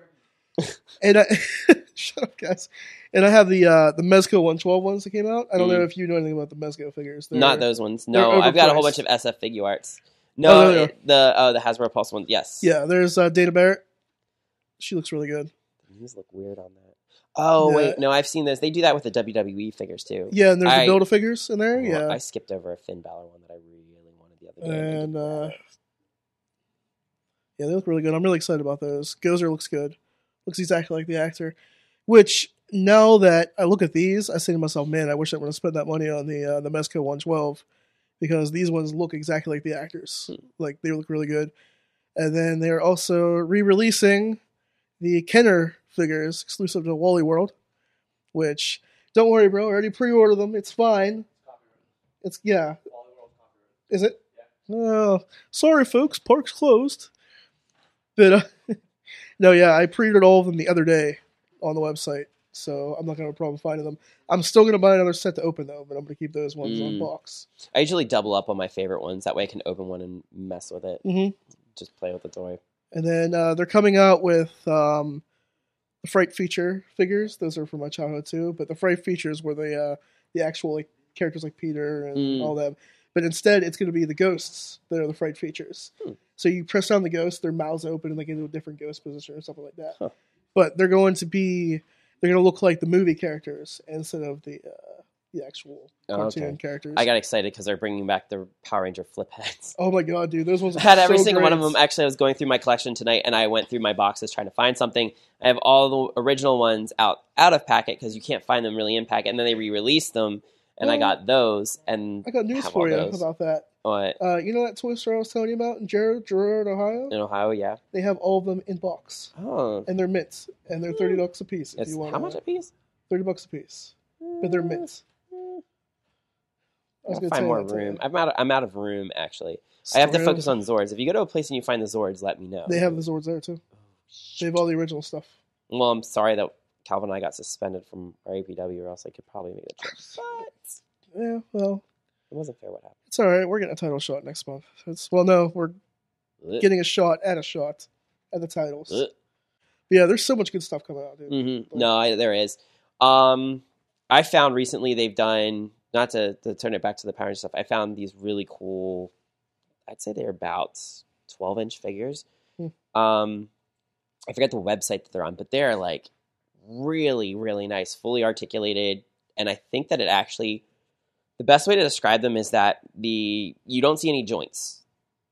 [SPEAKER 1] and I, shut up, guys. And I have the uh, the Mezco 112 ones that came out. I don't know
[SPEAKER 2] Mm.
[SPEAKER 1] if you know anything about the Mezco figures. They're-
[SPEAKER 2] Not those ones.
[SPEAKER 1] they're
[SPEAKER 2] No, I've got a whole
[SPEAKER 1] overpriced.
[SPEAKER 2] bunch of SF figure arts.
[SPEAKER 1] Oh,
[SPEAKER 2] No,
[SPEAKER 1] no, no.
[SPEAKER 2] it- the oh the Hasbro Pulse one. Yes.
[SPEAKER 1] Yeah, there's uh, Dana Barrett. She looks really good.
[SPEAKER 2] The knees look weird on that. Oh
[SPEAKER 1] Yeah.
[SPEAKER 2] wait, no, I've seen those. They do that with the WWE figures too.
[SPEAKER 1] Yeah, and there's
[SPEAKER 2] I-
[SPEAKER 1] the Build a figures in there.
[SPEAKER 2] Oh,
[SPEAKER 1] Yeah,
[SPEAKER 2] I skipped over a Finn Balor one that I really wanted the other day. I
[SPEAKER 1] and
[SPEAKER 2] didn't
[SPEAKER 1] uh,
[SPEAKER 2] grab it.
[SPEAKER 1] yeah, they look really good. I'm really excited about those. Gozer looks good. Looks exactly like the actor. Which now that I look at these, I say to myself, "Man, I wish I would have spent that money on the uh, the Mezco 112 because these ones look exactly like the actors. Like they look really good." And then they're also re-releasing the Kenner figures exclusive to Wally World, which don't worry, bro, I already pre-ordered them. It's fine. It's yeah. Is it? Oh, sorry, folks. Park's closed. But uh, no, yeah, I pre-ordered all of them the other day on the website, so I'm not gonna have a problem finding them. I'm still gonna buy another set to open though, but I'm gonna keep those ones on
[SPEAKER 2] Mm.
[SPEAKER 1] box.
[SPEAKER 2] I usually double up on my favorite ones. That way, I can open one and mess with it.
[SPEAKER 1] hmm
[SPEAKER 2] Just play with the toy.
[SPEAKER 1] And then uh, they're coming out with um, the Fright feature figures. Those are from my childhood too. But the Fright features were the uh, the actual like characters like Peter and
[SPEAKER 2] Mm.
[SPEAKER 1] all them. But instead, it's going to be the ghosts that are the Fright features.
[SPEAKER 2] Hmm.
[SPEAKER 1] So you press down the ghost, their mouths open, and they get into a different ghost position or something like that.
[SPEAKER 2] Huh.
[SPEAKER 1] But they're going to be they're going to look like the movie characters instead of the uh, the actual
[SPEAKER 2] Oh,
[SPEAKER 1] cartoon
[SPEAKER 2] okay.
[SPEAKER 1] characters.
[SPEAKER 2] I got excited because they're bringing back the Power Ranger flip heads.
[SPEAKER 1] oh my god, dude, those ones
[SPEAKER 2] I
[SPEAKER 1] are
[SPEAKER 2] had every
[SPEAKER 1] so
[SPEAKER 2] single one of
[SPEAKER 1] great.
[SPEAKER 2] them. Actually, I was going through my collection tonight, and I went through my boxes trying to find something. I have all the original ones out out of packet because you can't find them really in packet, and then they re-released them, and I
[SPEAKER 1] Well,
[SPEAKER 2] got those. And
[SPEAKER 1] I got news
[SPEAKER 2] Have all
[SPEAKER 1] for you
[SPEAKER 2] those.
[SPEAKER 1] about that.
[SPEAKER 2] uh,
[SPEAKER 1] Uh, you know that toy store I was telling you about in Gerard, Gerard, Ohio?
[SPEAKER 2] in Ohio, yeah.
[SPEAKER 1] They have all of them in box,
[SPEAKER 2] Oh,
[SPEAKER 1] and they're mints, and they're thirty bucks a piece. If
[SPEAKER 2] it's
[SPEAKER 1] you want
[SPEAKER 2] Hmm. how much
[SPEAKER 1] one.
[SPEAKER 2] a piece?
[SPEAKER 1] Thirty bucks a piece, but they're mints. I was
[SPEAKER 2] I
[SPEAKER 1] gonna
[SPEAKER 2] gotta find
[SPEAKER 1] tell
[SPEAKER 2] more
[SPEAKER 1] you that uh, today.
[SPEAKER 2] room. I'm out. Of, I'm out of room. Actually, I have to
[SPEAKER 1] Storm.
[SPEAKER 2] focus on Zords. If you go to a place and you find the Zords, let me know.
[SPEAKER 1] They have the Zords there too.
[SPEAKER 2] Oh,
[SPEAKER 1] They have all the original stuff.
[SPEAKER 2] Well, I'm sorry that Calvin and I got suspended from our APW, or else I could probably make the trip. But
[SPEAKER 1] Yeah, well,
[SPEAKER 2] it wasn't fair. What happened?
[SPEAKER 1] it's all right. We're getting a title shot next month. It's, well, no, we're getting a shot at a shot at the titles. But yeah, there's so much good stuff coming out, dude.
[SPEAKER 2] Mm-hmm. No, I, there is. Um, I found recently they've done not to, to turn it back to the power and stuff. I found these really cool. I'd say they're about twelve inch figures.
[SPEAKER 1] Hmm.
[SPEAKER 2] Um, I forget the website that they're on, but they're like really, really nice, fully articulated, and I think that it actually the best way to describe them is that the you don't see any joints.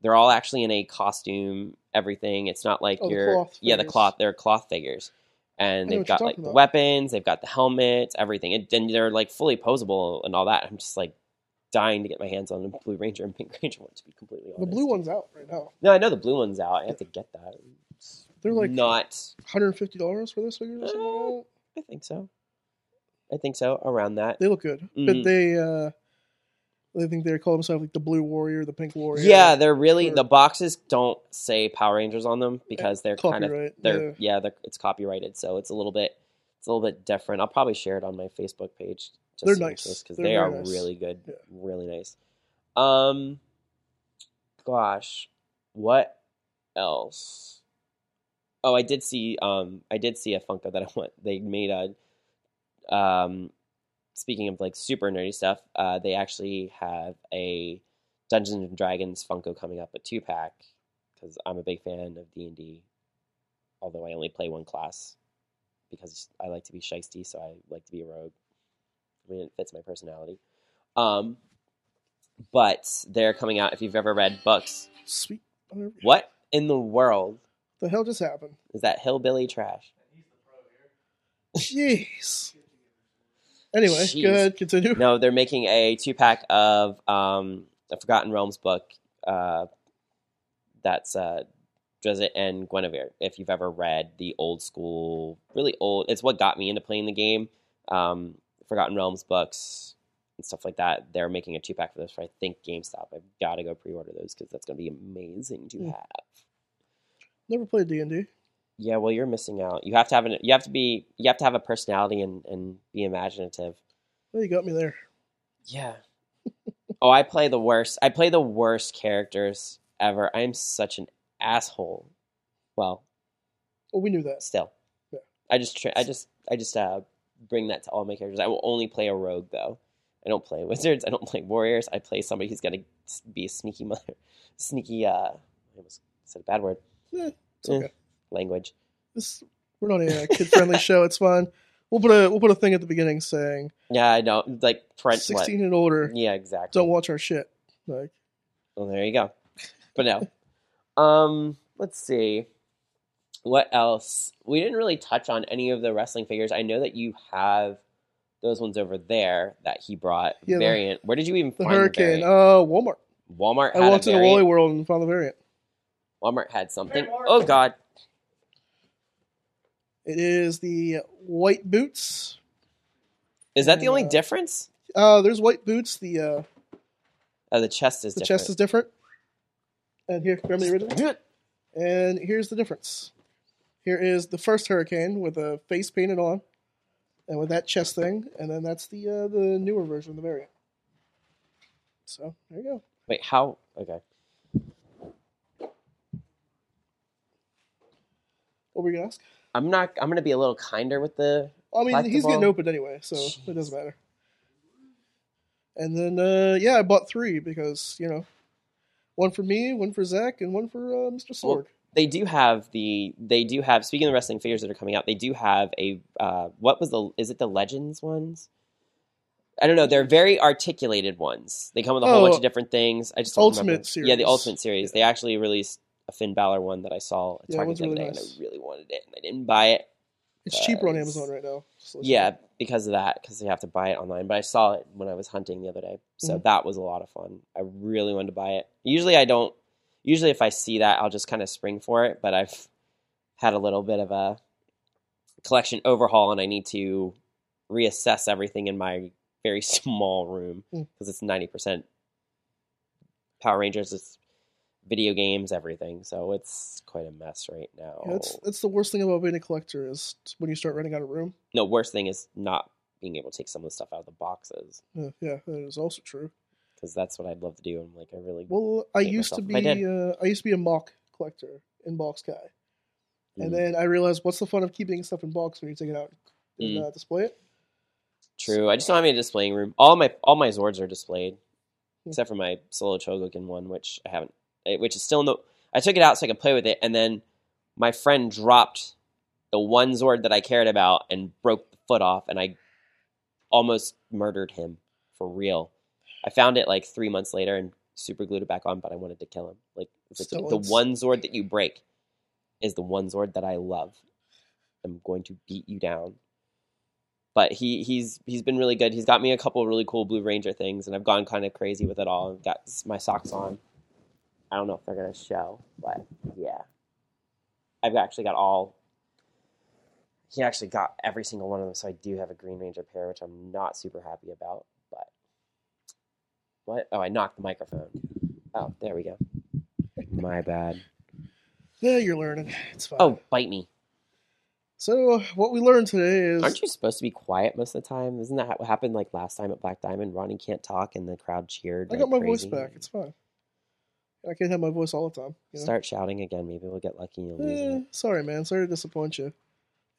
[SPEAKER 2] They're all actually in a costume, everything. It's not like
[SPEAKER 1] Oh, the
[SPEAKER 2] your
[SPEAKER 1] cloth
[SPEAKER 2] yeah, the
[SPEAKER 1] figures.
[SPEAKER 2] cloth. They're cloth figures and
[SPEAKER 1] I know what
[SPEAKER 2] they've
[SPEAKER 1] you're
[SPEAKER 2] got like
[SPEAKER 1] talking
[SPEAKER 2] the
[SPEAKER 1] about.
[SPEAKER 2] weapons, they've got the helmets, everything, and, and they're like fully posable and all that. I'm just like dying to get my hands on the Blue Ranger and Pink Ranger one. To be completely honest,
[SPEAKER 1] The blue one's out right now.
[SPEAKER 2] No, I know the blue one's out. I have to get that. It's
[SPEAKER 1] They're like
[SPEAKER 2] not.
[SPEAKER 1] $150 for those figures or something like that.
[SPEAKER 2] I think so. I think so. Around that.
[SPEAKER 1] They look good,
[SPEAKER 2] Mhm.
[SPEAKER 1] but they uh, they think they call themselves like the Blue Warrior, the Pink Warrior.
[SPEAKER 2] Yeah, they're really
[SPEAKER 1] Or-
[SPEAKER 2] the boxes don't say Power Rangers on them because they're kind of
[SPEAKER 1] copyright.
[SPEAKER 2] they're
[SPEAKER 1] yeah.
[SPEAKER 2] yeah, they're, it's copyrighted, so it's a little bit it's a little bit different. I'll probably share it on my Facebook page. Just
[SPEAKER 1] They're nice.
[SPEAKER 2] because
[SPEAKER 1] They're
[SPEAKER 2] they
[SPEAKER 1] very
[SPEAKER 2] are
[SPEAKER 1] nice.
[SPEAKER 2] really good,
[SPEAKER 1] Yeah.
[SPEAKER 2] really nice. Um, gosh, what else? Oh, I did see um I did see a Funko that I want. They made a um speaking of like super nerdy stuff, uh, they actually have a Dungeons and Dragons Funko coming up, a two pack, because I'm a big fan of D and D. Although I only play one class, because I like to be shisty, so I like to be a rogue. I mean, it fits my personality. Um, but they're coming out. If you've ever read books,
[SPEAKER 1] Sweet. What
[SPEAKER 2] what in the world
[SPEAKER 1] the hell just happened?
[SPEAKER 2] is that hillbilly trash?
[SPEAKER 1] Jeez. Anyway,
[SPEAKER 2] Jeez.
[SPEAKER 1] good. Continue.
[SPEAKER 2] No, they're making a two pack of um, a Forgotten Realms book. Uh, that's uh, Drizzt and Guinevere. If you've ever read the old school, really old, it's what got me into playing the game. Um, Forgotten Realms books and stuff like that. They're making a two pack for those for I think GameStop. I've got to go pre order those because that's going to be amazing to
[SPEAKER 1] Mm.
[SPEAKER 2] have.
[SPEAKER 1] Never played D and D.
[SPEAKER 2] Yeah, well, you're missing out. You have to have an, you have to be you have to have a personality and and be imaginative.
[SPEAKER 1] Well, you got me there.
[SPEAKER 2] Yeah. oh, I play the worst. I play the worst characters ever. I'm such an asshole. Well,
[SPEAKER 1] Well, we knew that.
[SPEAKER 2] still.
[SPEAKER 1] Yeah.
[SPEAKER 2] I just tra- I just I just uh bring that to all my characters. I will only play a rogue though. I don't play wizards. I don't play warriors. I play somebody who's gonna s- be a sneaky mother, sneaky. Uh, I almost said a bad word.
[SPEAKER 1] Eh, it's
[SPEAKER 2] Eh,
[SPEAKER 1] okay.
[SPEAKER 2] Language.
[SPEAKER 1] This we're not a kid friendly show. It's fine. We'll put a we'll put a thing at the beginning saying
[SPEAKER 2] Yeah, I don't like French. what-
[SPEAKER 1] sixteen and older
[SPEAKER 2] Yeah, exactly.
[SPEAKER 1] don't watch our shit. Like
[SPEAKER 2] Well, there you go. But no. um, let's see. What else? We didn't really touch on any of the wrestling figures. I know that you have those ones over there that he brought.
[SPEAKER 1] Yeah, the-
[SPEAKER 2] variant. Where did you even
[SPEAKER 1] the
[SPEAKER 2] find
[SPEAKER 1] hurricane.
[SPEAKER 2] The
[SPEAKER 1] Uh,
[SPEAKER 2] variant?
[SPEAKER 1] Walmart.
[SPEAKER 2] Walmart
[SPEAKER 1] I
[SPEAKER 2] had
[SPEAKER 1] walked
[SPEAKER 2] a
[SPEAKER 1] into
[SPEAKER 2] variant.
[SPEAKER 1] Wally World and found the variant.
[SPEAKER 2] Walmart had something.
[SPEAKER 3] Walmart.
[SPEAKER 2] Oh God.
[SPEAKER 1] It is the white boots.
[SPEAKER 2] Is that the only
[SPEAKER 1] Yeah.
[SPEAKER 2] difference?
[SPEAKER 1] Uh, there's white boots. The uh,
[SPEAKER 2] Oh, the chest is
[SPEAKER 1] the
[SPEAKER 2] different.
[SPEAKER 1] chest is different. And here, grab me the original. And here's the difference. Here is the first hurricane with a face painted on, and with that chest thing, and then that's the uh, the newer version of the variant. So there you go.
[SPEAKER 2] Wait, how? Okay.
[SPEAKER 1] What were you gonna ask?
[SPEAKER 2] I'm not. I'm gonna be a little kinder with the.
[SPEAKER 1] I mean, he's
[SPEAKER 2] Collectible.
[SPEAKER 1] getting opened anyway, so it doesn't matter. And then, uh, yeah, I bought three because you know, one for me, one for Zach, and one for uh, Mr. Sword.
[SPEAKER 2] They do have the. They do have. Speaking of the wrestling figures that are coming out, they do have a. Uh, what was the? Is it the Legends ones? I don't know. They're very articulated ones. They come with a whole
[SPEAKER 1] Oh,
[SPEAKER 2] bunch of different things. I just don't
[SPEAKER 1] Ultimate
[SPEAKER 2] remember. Yeah, the
[SPEAKER 1] series.
[SPEAKER 2] Ultimate series. They actually released a Finn Balor one that I saw at
[SPEAKER 1] Yeah, that
[SPEAKER 2] Target
[SPEAKER 1] one's
[SPEAKER 2] the
[SPEAKER 1] really
[SPEAKER 2] other day, and
[SPEAKER 1] nice.
[SPEAKER 2] I really wanted it, and I didn't buy it
[SPEAKER 1] It's cheaper on
[SPEAKER 2] Because-
[SPEAKER 1] Amazon right now. Just listen.
[SPEAKER 2] yeah, because of that, because you have to buy it online. But I saw it when I was hunting the other day, so
[SPEAKER 1] Mhm.
[SPEAKER 2] that was a lot of fun. I really wanted to buy it. Usually, I don't. Usually, if I see that, I'll just kind of spring for it. But I've had a little bit of a collection overhaul, and I need to reassess everything in my very small room
[SPEAKER 1] Mm.
[SPEAKER 2] because it's ninety percent Power Rangers. It's video games, everything. So it's quite a mess right now.
[SPEAKER 1] Yeah, that's that's the worst thing about being a collector is when you start running out of room.
[SPEAKER 2] no, worst thing is not being able to take some of the stuff out of the boxes.
[SPEAKER 1] Yeah, yeah, that is also true.
[SPEAKER 2] because that's what I'd love to do. I'm like, I really
[SPEAKER 1] Well, I
[SPEAKER 2] Hate
[SPEAKER 1] used to
[SPEAKER 2] myself if I
[SPEAKER 1] be uh, I used to be a mock collector in box guy,
[SPEAKER 2] Mm.
[SPEAKER 1] and then I realized what's the fun of keeping stuff in box when you take it out and
[SPEAKER 2] Mm.
[SPEAKER 1] uh, display it?
[SPEAKER 2] true. I just don't have any displaying room. All my all my Zords are displayed,
[SPEAKER 1] Hmm.
[SPEAKER 2] except for my Solo Chogokin one, which I haven't, eh, which is still in the. I took it out so I could play with it, and then my friend dropped the one Zord that I cared about and broke the foot off, and I almost murdered him for real. I found it like three months later and super glued it back on, but I wanted to kill him. Like, it's like
[SPEAKER 1] Still,
[SPEAKER 2] the
[SPEAKER 1] it's-
[SPEAKER 2] one Zord that you break is the one Zord that I love. I'm going to beat you down. But he he's he's been really good. He's got me a couple really cool Blue Ranger things, and I've gone kind of crazy with it all. I've got s- my socks on. I don't know if they're gonna show, but yeah, I've actually got all. He actually got every single one of them, so I do have a Green Ranger pair, which I'm not super happy about. But what? Oh, I knocked the microphone. Oh, there we go. My bad.
[SPEAKER 1] Yeah, you're learning. It's fine.
[SPEAKER 2] Oh, bite me.
[SPEAKER 1] So what we learned today is
[SPEAKER 2] Aren't you supposed to be quiet most of the time? Isn't that what happened like last time at Black Diamond? Ronnie can't talk and the crowd cheered.
[SPEAKER 1] I
[SPEAKER 2] like
[SPEAKER 1] got my
[SPEAKER 2] crazy.
[SPEAKER 1] voice back. It's fine. I can't have my voice all the time. You know?
[SPEAKER 2] Start shouting again. Maybe we'll get lucky and you'll lose
[SPEAKER 1] Eh,
[SPEAKER 2] it.
[SPEAKER 1] sorry, man. Sorry to disappoint you.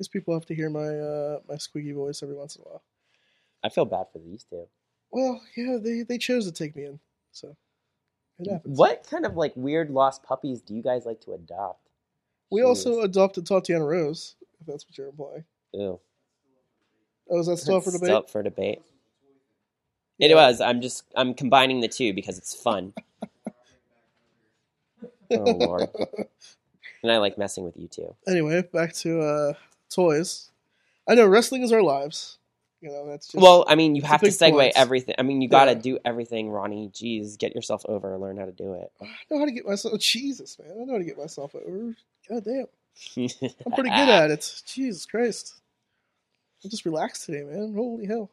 [SPEAKER 1] These people have to hear my uh, my squeaky voice every once in a while.
[SPEAKER 2] I feel bad for these two.
[SPEAKER 1] Well, yeah, they, they chose to take me in, so it
[SPEAKER 2] Mm,
[SPEAKER 1] happens.
[SPEAKER 2] What kind of like weird lost puppies do you guys like to adopt?
[SPEAKER 1] We
[SPEAKER 2] Jeez.
[SPEAKER 1] also adopted Tatiana Rose, if that's what you're implying.
[SPEAKER 2] Ew.
[SPEAKER 1] Oh, is that still up for
[SPEAKER 2] It's
[SPEAKER 1] debate?
[SPEAKER 2] still up for debate. It was. I'm just I'm combining the two because it's fun. oh lord. And I like messing with you too.
[SPEAKER 1] Anyway, back to uh, toys. I know wrestling is our lives. You know that's just
[SPEAKER 2] well, I mean, you
[SPEAKER 1] it's a
[SPEAKER 2] have to
[SPEAKER 1] big
[SPEAKER 2] segue
[SPEAKER 1] point.
[SPEAKER 2] everything. I mean, you got to
[SPEAKER 1] Yeah.
[SPEAKER 2] do everything, Ronnie. Jeez, get yourself over. Learn how to do it.
[SPEAKER 1] I know how to get myself. oh, Jesus, man, I know how to get myself over. God damn, I'm pretty good at it. Jesus Christ, I'm just relaxed today, man. Holy hell.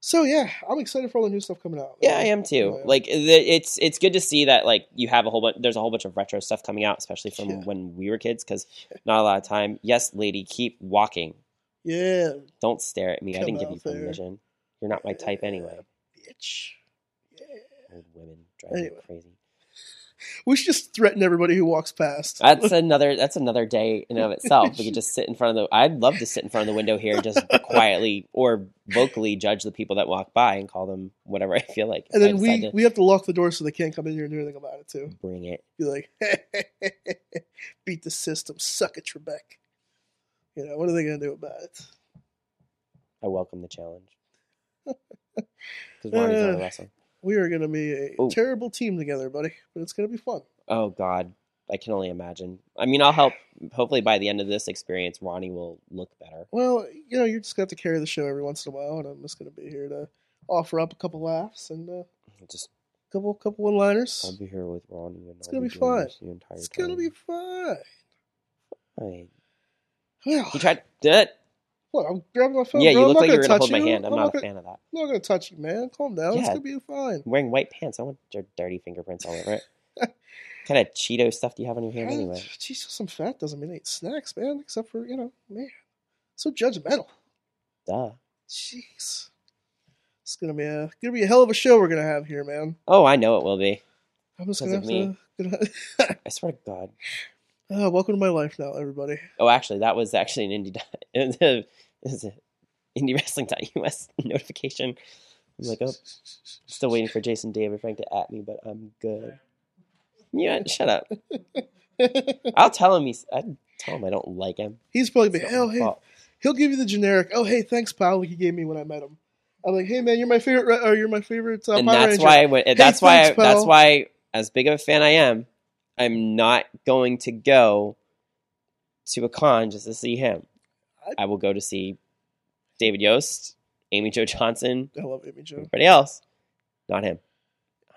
[SPEAKER 1] So yeah, I'm excited for all the new stuff coming out.
[SPEAKER 2] Yeah, I am too.
[SPEAKER 1] Yeah.
[SPEAKER 2] Like the, it's it's good to see that like you have a whole bunch. There's a whole bunch of retro stuff coming out, especially from
[SPEAKER 1] Yeah.
[SPEAKER 2] when we were kids. Because not a lot of time. Yes, lady, keep walking.
[SPEAKER 1] Yeah,
[SPEAKER 2] Don't stare at me. I
[SPEAKER 1] Come
[SPEAKER 2] didn't give
[SPEAKER 1] out
[SPEAKER 2] you
[SPEAKER 1] there.
[SPEAKER 2] permission. You're not my type anyway.
[SPEAKER 1] bitch. Yeah.
[SPEAKER 2] Old women driving
[SPEAKER 1] Anyway.
[SPEAKER 2] me crazy.
[SPEAKER 1] We should just threaten everybody who walks past.
[SPEAKER 2] That's another. That's another day in and of itself. We could just sit in front of the. I'd love to sit in front of the window here, and just quietly or vocally judge the people that walk by and call them whatever I feel like.
[SPEAKER 1] and
[SPEAKER 2] If I
[SPEAKER 1] then
[SPEAKER 2] decide
[SPEAKER 1] we,
[SPEAKER 2] to
[SPEAKER 1] we have to lock the door so they can't come in here and do anything about it too.
[SPEAKER 2] bring it.
[SPEAKER 1] Be like, beat the system, suck it, Trebek. You know what are they gonna do about it?
[SPEAKER 2] I welcome the challenge. Because Ronnie's not a
[SPEAKER 1] Uh.
[SPEAKER 2] wrestler.
[SPEAKER 1] We are gonna be a
[SPEAKER 2] Oh.
[SPEAKER 1] terrible team together, buddy. But it's gonna be fun.
[SPEAKER 2] Oh God, I can only imagine. I mean, I'll help. Hopefully, by the end of this experience, Ronnie will look better.
[SPEAKER 1] Well, you know, you're just gonna have to carry the show every once in a while, and I'm just gonna be here to offer up a couple laughs and a
[SPEAKER 2] Just
[SPEAKER 1] couple couple one liners.
[SPEAKER 2] I'll be here with Ronnie, and
[SPEAKER 1] It's
[SPEAKER 2] I'll
[SPEAKER 1] gonna be
[SPEAKER 2] doing
[SPEAKER 1] fun.
[SPEAKER 2] this The entire
[SPEAKER 1] It's gonna
[SPEAKER 2] time.
[SPEAKER 1] be fun.
[SPEAKER 2] Fine.
[SPEAKER 1] Well,
[SPEAKER 2] You tried that?
[SPEAKER 1] look, I'm grabbing my phone.
[SPEAKER 2] yeah,
[SPEAKER 1] bro.
[SPEAKER 2] you
[SPEAKER 1] I'm
[SPEAKER 2] look
[SPEAKER 1] not
[SPEAKER 2] like you were gonna
[SPEAKER 1] touch
[SPEAKER 2] hold my
[SPEAKER 1] you.
[SPEAKER 2] hand. I'm, not,
[SPEAKER 1] gonna,
[SPEAKER 2] a fan of that.
[SPEAKER 1] I'm not gonna touch you, man. Calm down. It's
[SPEAKER 2] Yeah.
[SPEAKER 1] gonna be fine.
[SPEAKER 2] I'm wearing white pants. I want your dirty fingerprints all over it. kind of Cheeto stuff do you have on your hand
[SPEAKER 1] I-
[SPEAKER 2] anyway?
[SPEAKER 1] Jesus, I'm fat doesn't mean I eat snacks, man. Except for you know, man, so judgmental.
[SPEAKER 2] Duh.
[SPEAKER 1] Jeez, it's gonna be a gonna be a hell of a show we're gonna have here, man.
[SPEAKER 2] Oh, I know it will be.
[SPEAKER 1] I'm just gonna have
[SPEAKER 2] Because
[SPEAKER 1] to. Gonna,
[SPEAKER 2] I swear to God.
[SPEAKER 1] Ah, welcome to my life now, everybody.
[SPEAKER 2] Oh, actually, that was actually an indie. It was a, it was a indiewrestling.us notification. I'm like, oh, Still waiting for Jason David Frank to at me, but I'm good. Yeah, shut up. I'll tell him he's. I tell him I don't like him.
[SPEAKER 1] He's probably
[SPEAKER 2] It's
[SPEAKER 1] been,
[SPEAKER 2] not
[SPEAKER 1] oh
[SPEAKER 2] my
[SPEAKER 1] hey,
[SPEAKER 2] fault.
[SPEAKER 1] he'll give you the generic. Oh hey, thanks, pal. Like he gave me when I met him. I'm like, hey man, you're my favorite. re- Or you're my favorite. Uh,
[SPEAKER 2] and
[SPEAKER 1] Power
[SPEAKER 2] that's
[SPEAKER 1] Ranger."
[SPEAKER 2] why. I went- that's why.
[SPEAKER 1] thanks,
[SPEAKER 2] I, that's
[SPEAKER 1] pal.
[SPEAKER 2] why. As big of a fan I am, I'm not going to go to a con just to see him. I will go to see David Yost, Amy Jo Johnson,
[SPEAKER 1] I love Amy Jo.
[SPEAKER 2] everybody else. Not him.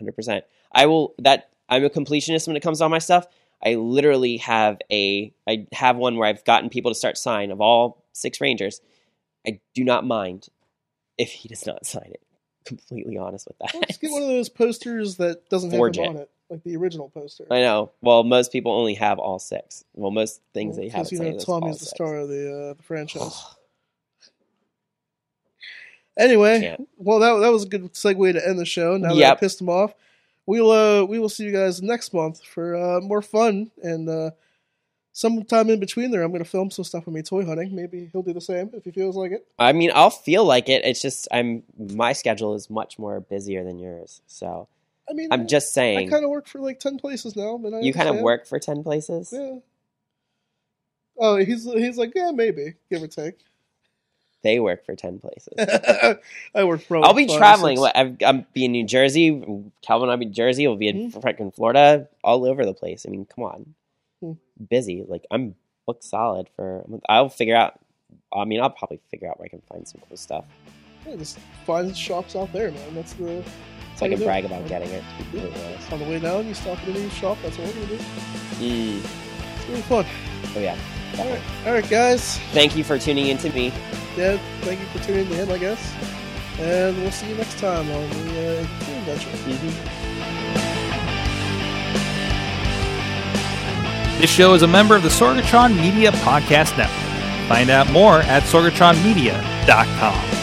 [SPEAKER 2] 100%. I will, that, I'm a completionist when it comes to all my stuff. I literally have a, I have one where I've gotten people to start sign of all six Rangers. I do not mind if he does not sign it. Completely honest with that.
[SPEAKER 1] Well, just get one of those posters that doesn't have
[SPEAKER 2] Forge
[SPEAKER 1] him
[SPEAKER 2] it.
[SPEAKER 1] on it, like the original poster.
[SPEAKER 2] I know. Well, most people only have all six. Well, most things that you have.
[SPEAKER 1] Because, you know, Tom is the star of the, uh, the franchise. Anyway,
[SPEAKER 2] Can't.
[SPEAKER 1] well, that, that was a good segue to end the show. Now that I
[SPEAKER 2] Yep.
[SPEAKER 1] pissed him off, we'll uh, we will see you guys next month for uh, more fun and uh, sometime in between there, I'm going to film some stuff with me toy hunting. Maybe he'll do the same if he feels like it.
[SPEAKER 2] I mean, I'll feel like it. It's just I'm my schedule is much more busier than yours. So
[SPEAKER 1] I mean,
[SPEAKER 2] I'm just
[SPEAKER 1] I
[SPEAKER 2] saying
[SPEAKER 1] kind of work for like ten places now, but I
[SPEAKER 2] you kind of
[SPEAKER 1] understand.
[SPEAKER 2] work for ten places.
[SPEAKER 1] Yeah. Oh, he's he's like yeah, maybe give or take.
[SPEAKER 2] They work for ten places.
[SPEAKER 1] I work for.
[SPEAKER 2] I'll be
[SPEAKER 1] five or
[SPEAKER 2] traveling.
[SPEAKER 1] six.
[SPEAKER 2] I've, I'm be in New Jersey. Calvin, will be in Jersey. We'll be in
[SPEAKER 1] Mm-hmm.
[SPEAKER 2] freaking Florida. All over the place. I mean, come on,
[SPEAKER 1] Hmm.
[SPEAKER 2] busy. Like I'm booked solid for. I'll figure out. I mean, I'll probably figure out where I can find some cool stuff.
[SPEAKER 1] Yeah, just find shops out there, man. That's the How you
[SPEAKER 2] so I can
[SPEAKER 1] doing?
[SPEAKER 2] brag about getting it. To be completely honest.
[SPEAKER 1] on the way down. You stop at any shop. That's what we're gonna do.
[SPEAKER 2] Mm.
[SPEAKER 1] It's gonna be fun.
[SPEAKER 2] Oh yeah.
[SPEAKER 1] All right, all right, guys.
[SPEAKER 2] Thank you for tuning in to me.
[SPEAKER 1] Yeah, thank you for tuning in. I guess, and we'll see you next time on the uh, Toy adventure.
[SPEAKER 4] This show is a member of the Sorgatron Media Podcast Network. Find out more at sorgatronmedia.com.